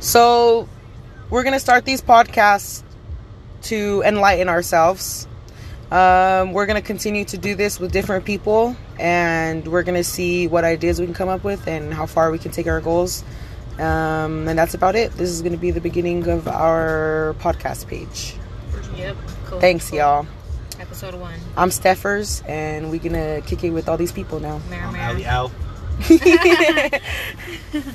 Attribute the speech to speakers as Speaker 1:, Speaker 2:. Speaker 1: So we're gonna start these podcasts to enlighten ourselves. Um, we're gonna continue to do this with different people, and we're gonna see what ideas we can come up with and how far we can take our goals. Um, and that's about it. This is gonna be the beginning of our podcast page.
Speaker 2: Yep. Cool.
Speaker 1: Thanks, y'all.
Speaker 2: Episode one.
Speaker 1: I'm Steffers, and we're gonna kick it with all these people now.
Speaker 2: Mary,
Speaker 3: I'm
Speaker 2: Mary.
Speaker 3: Ali Al.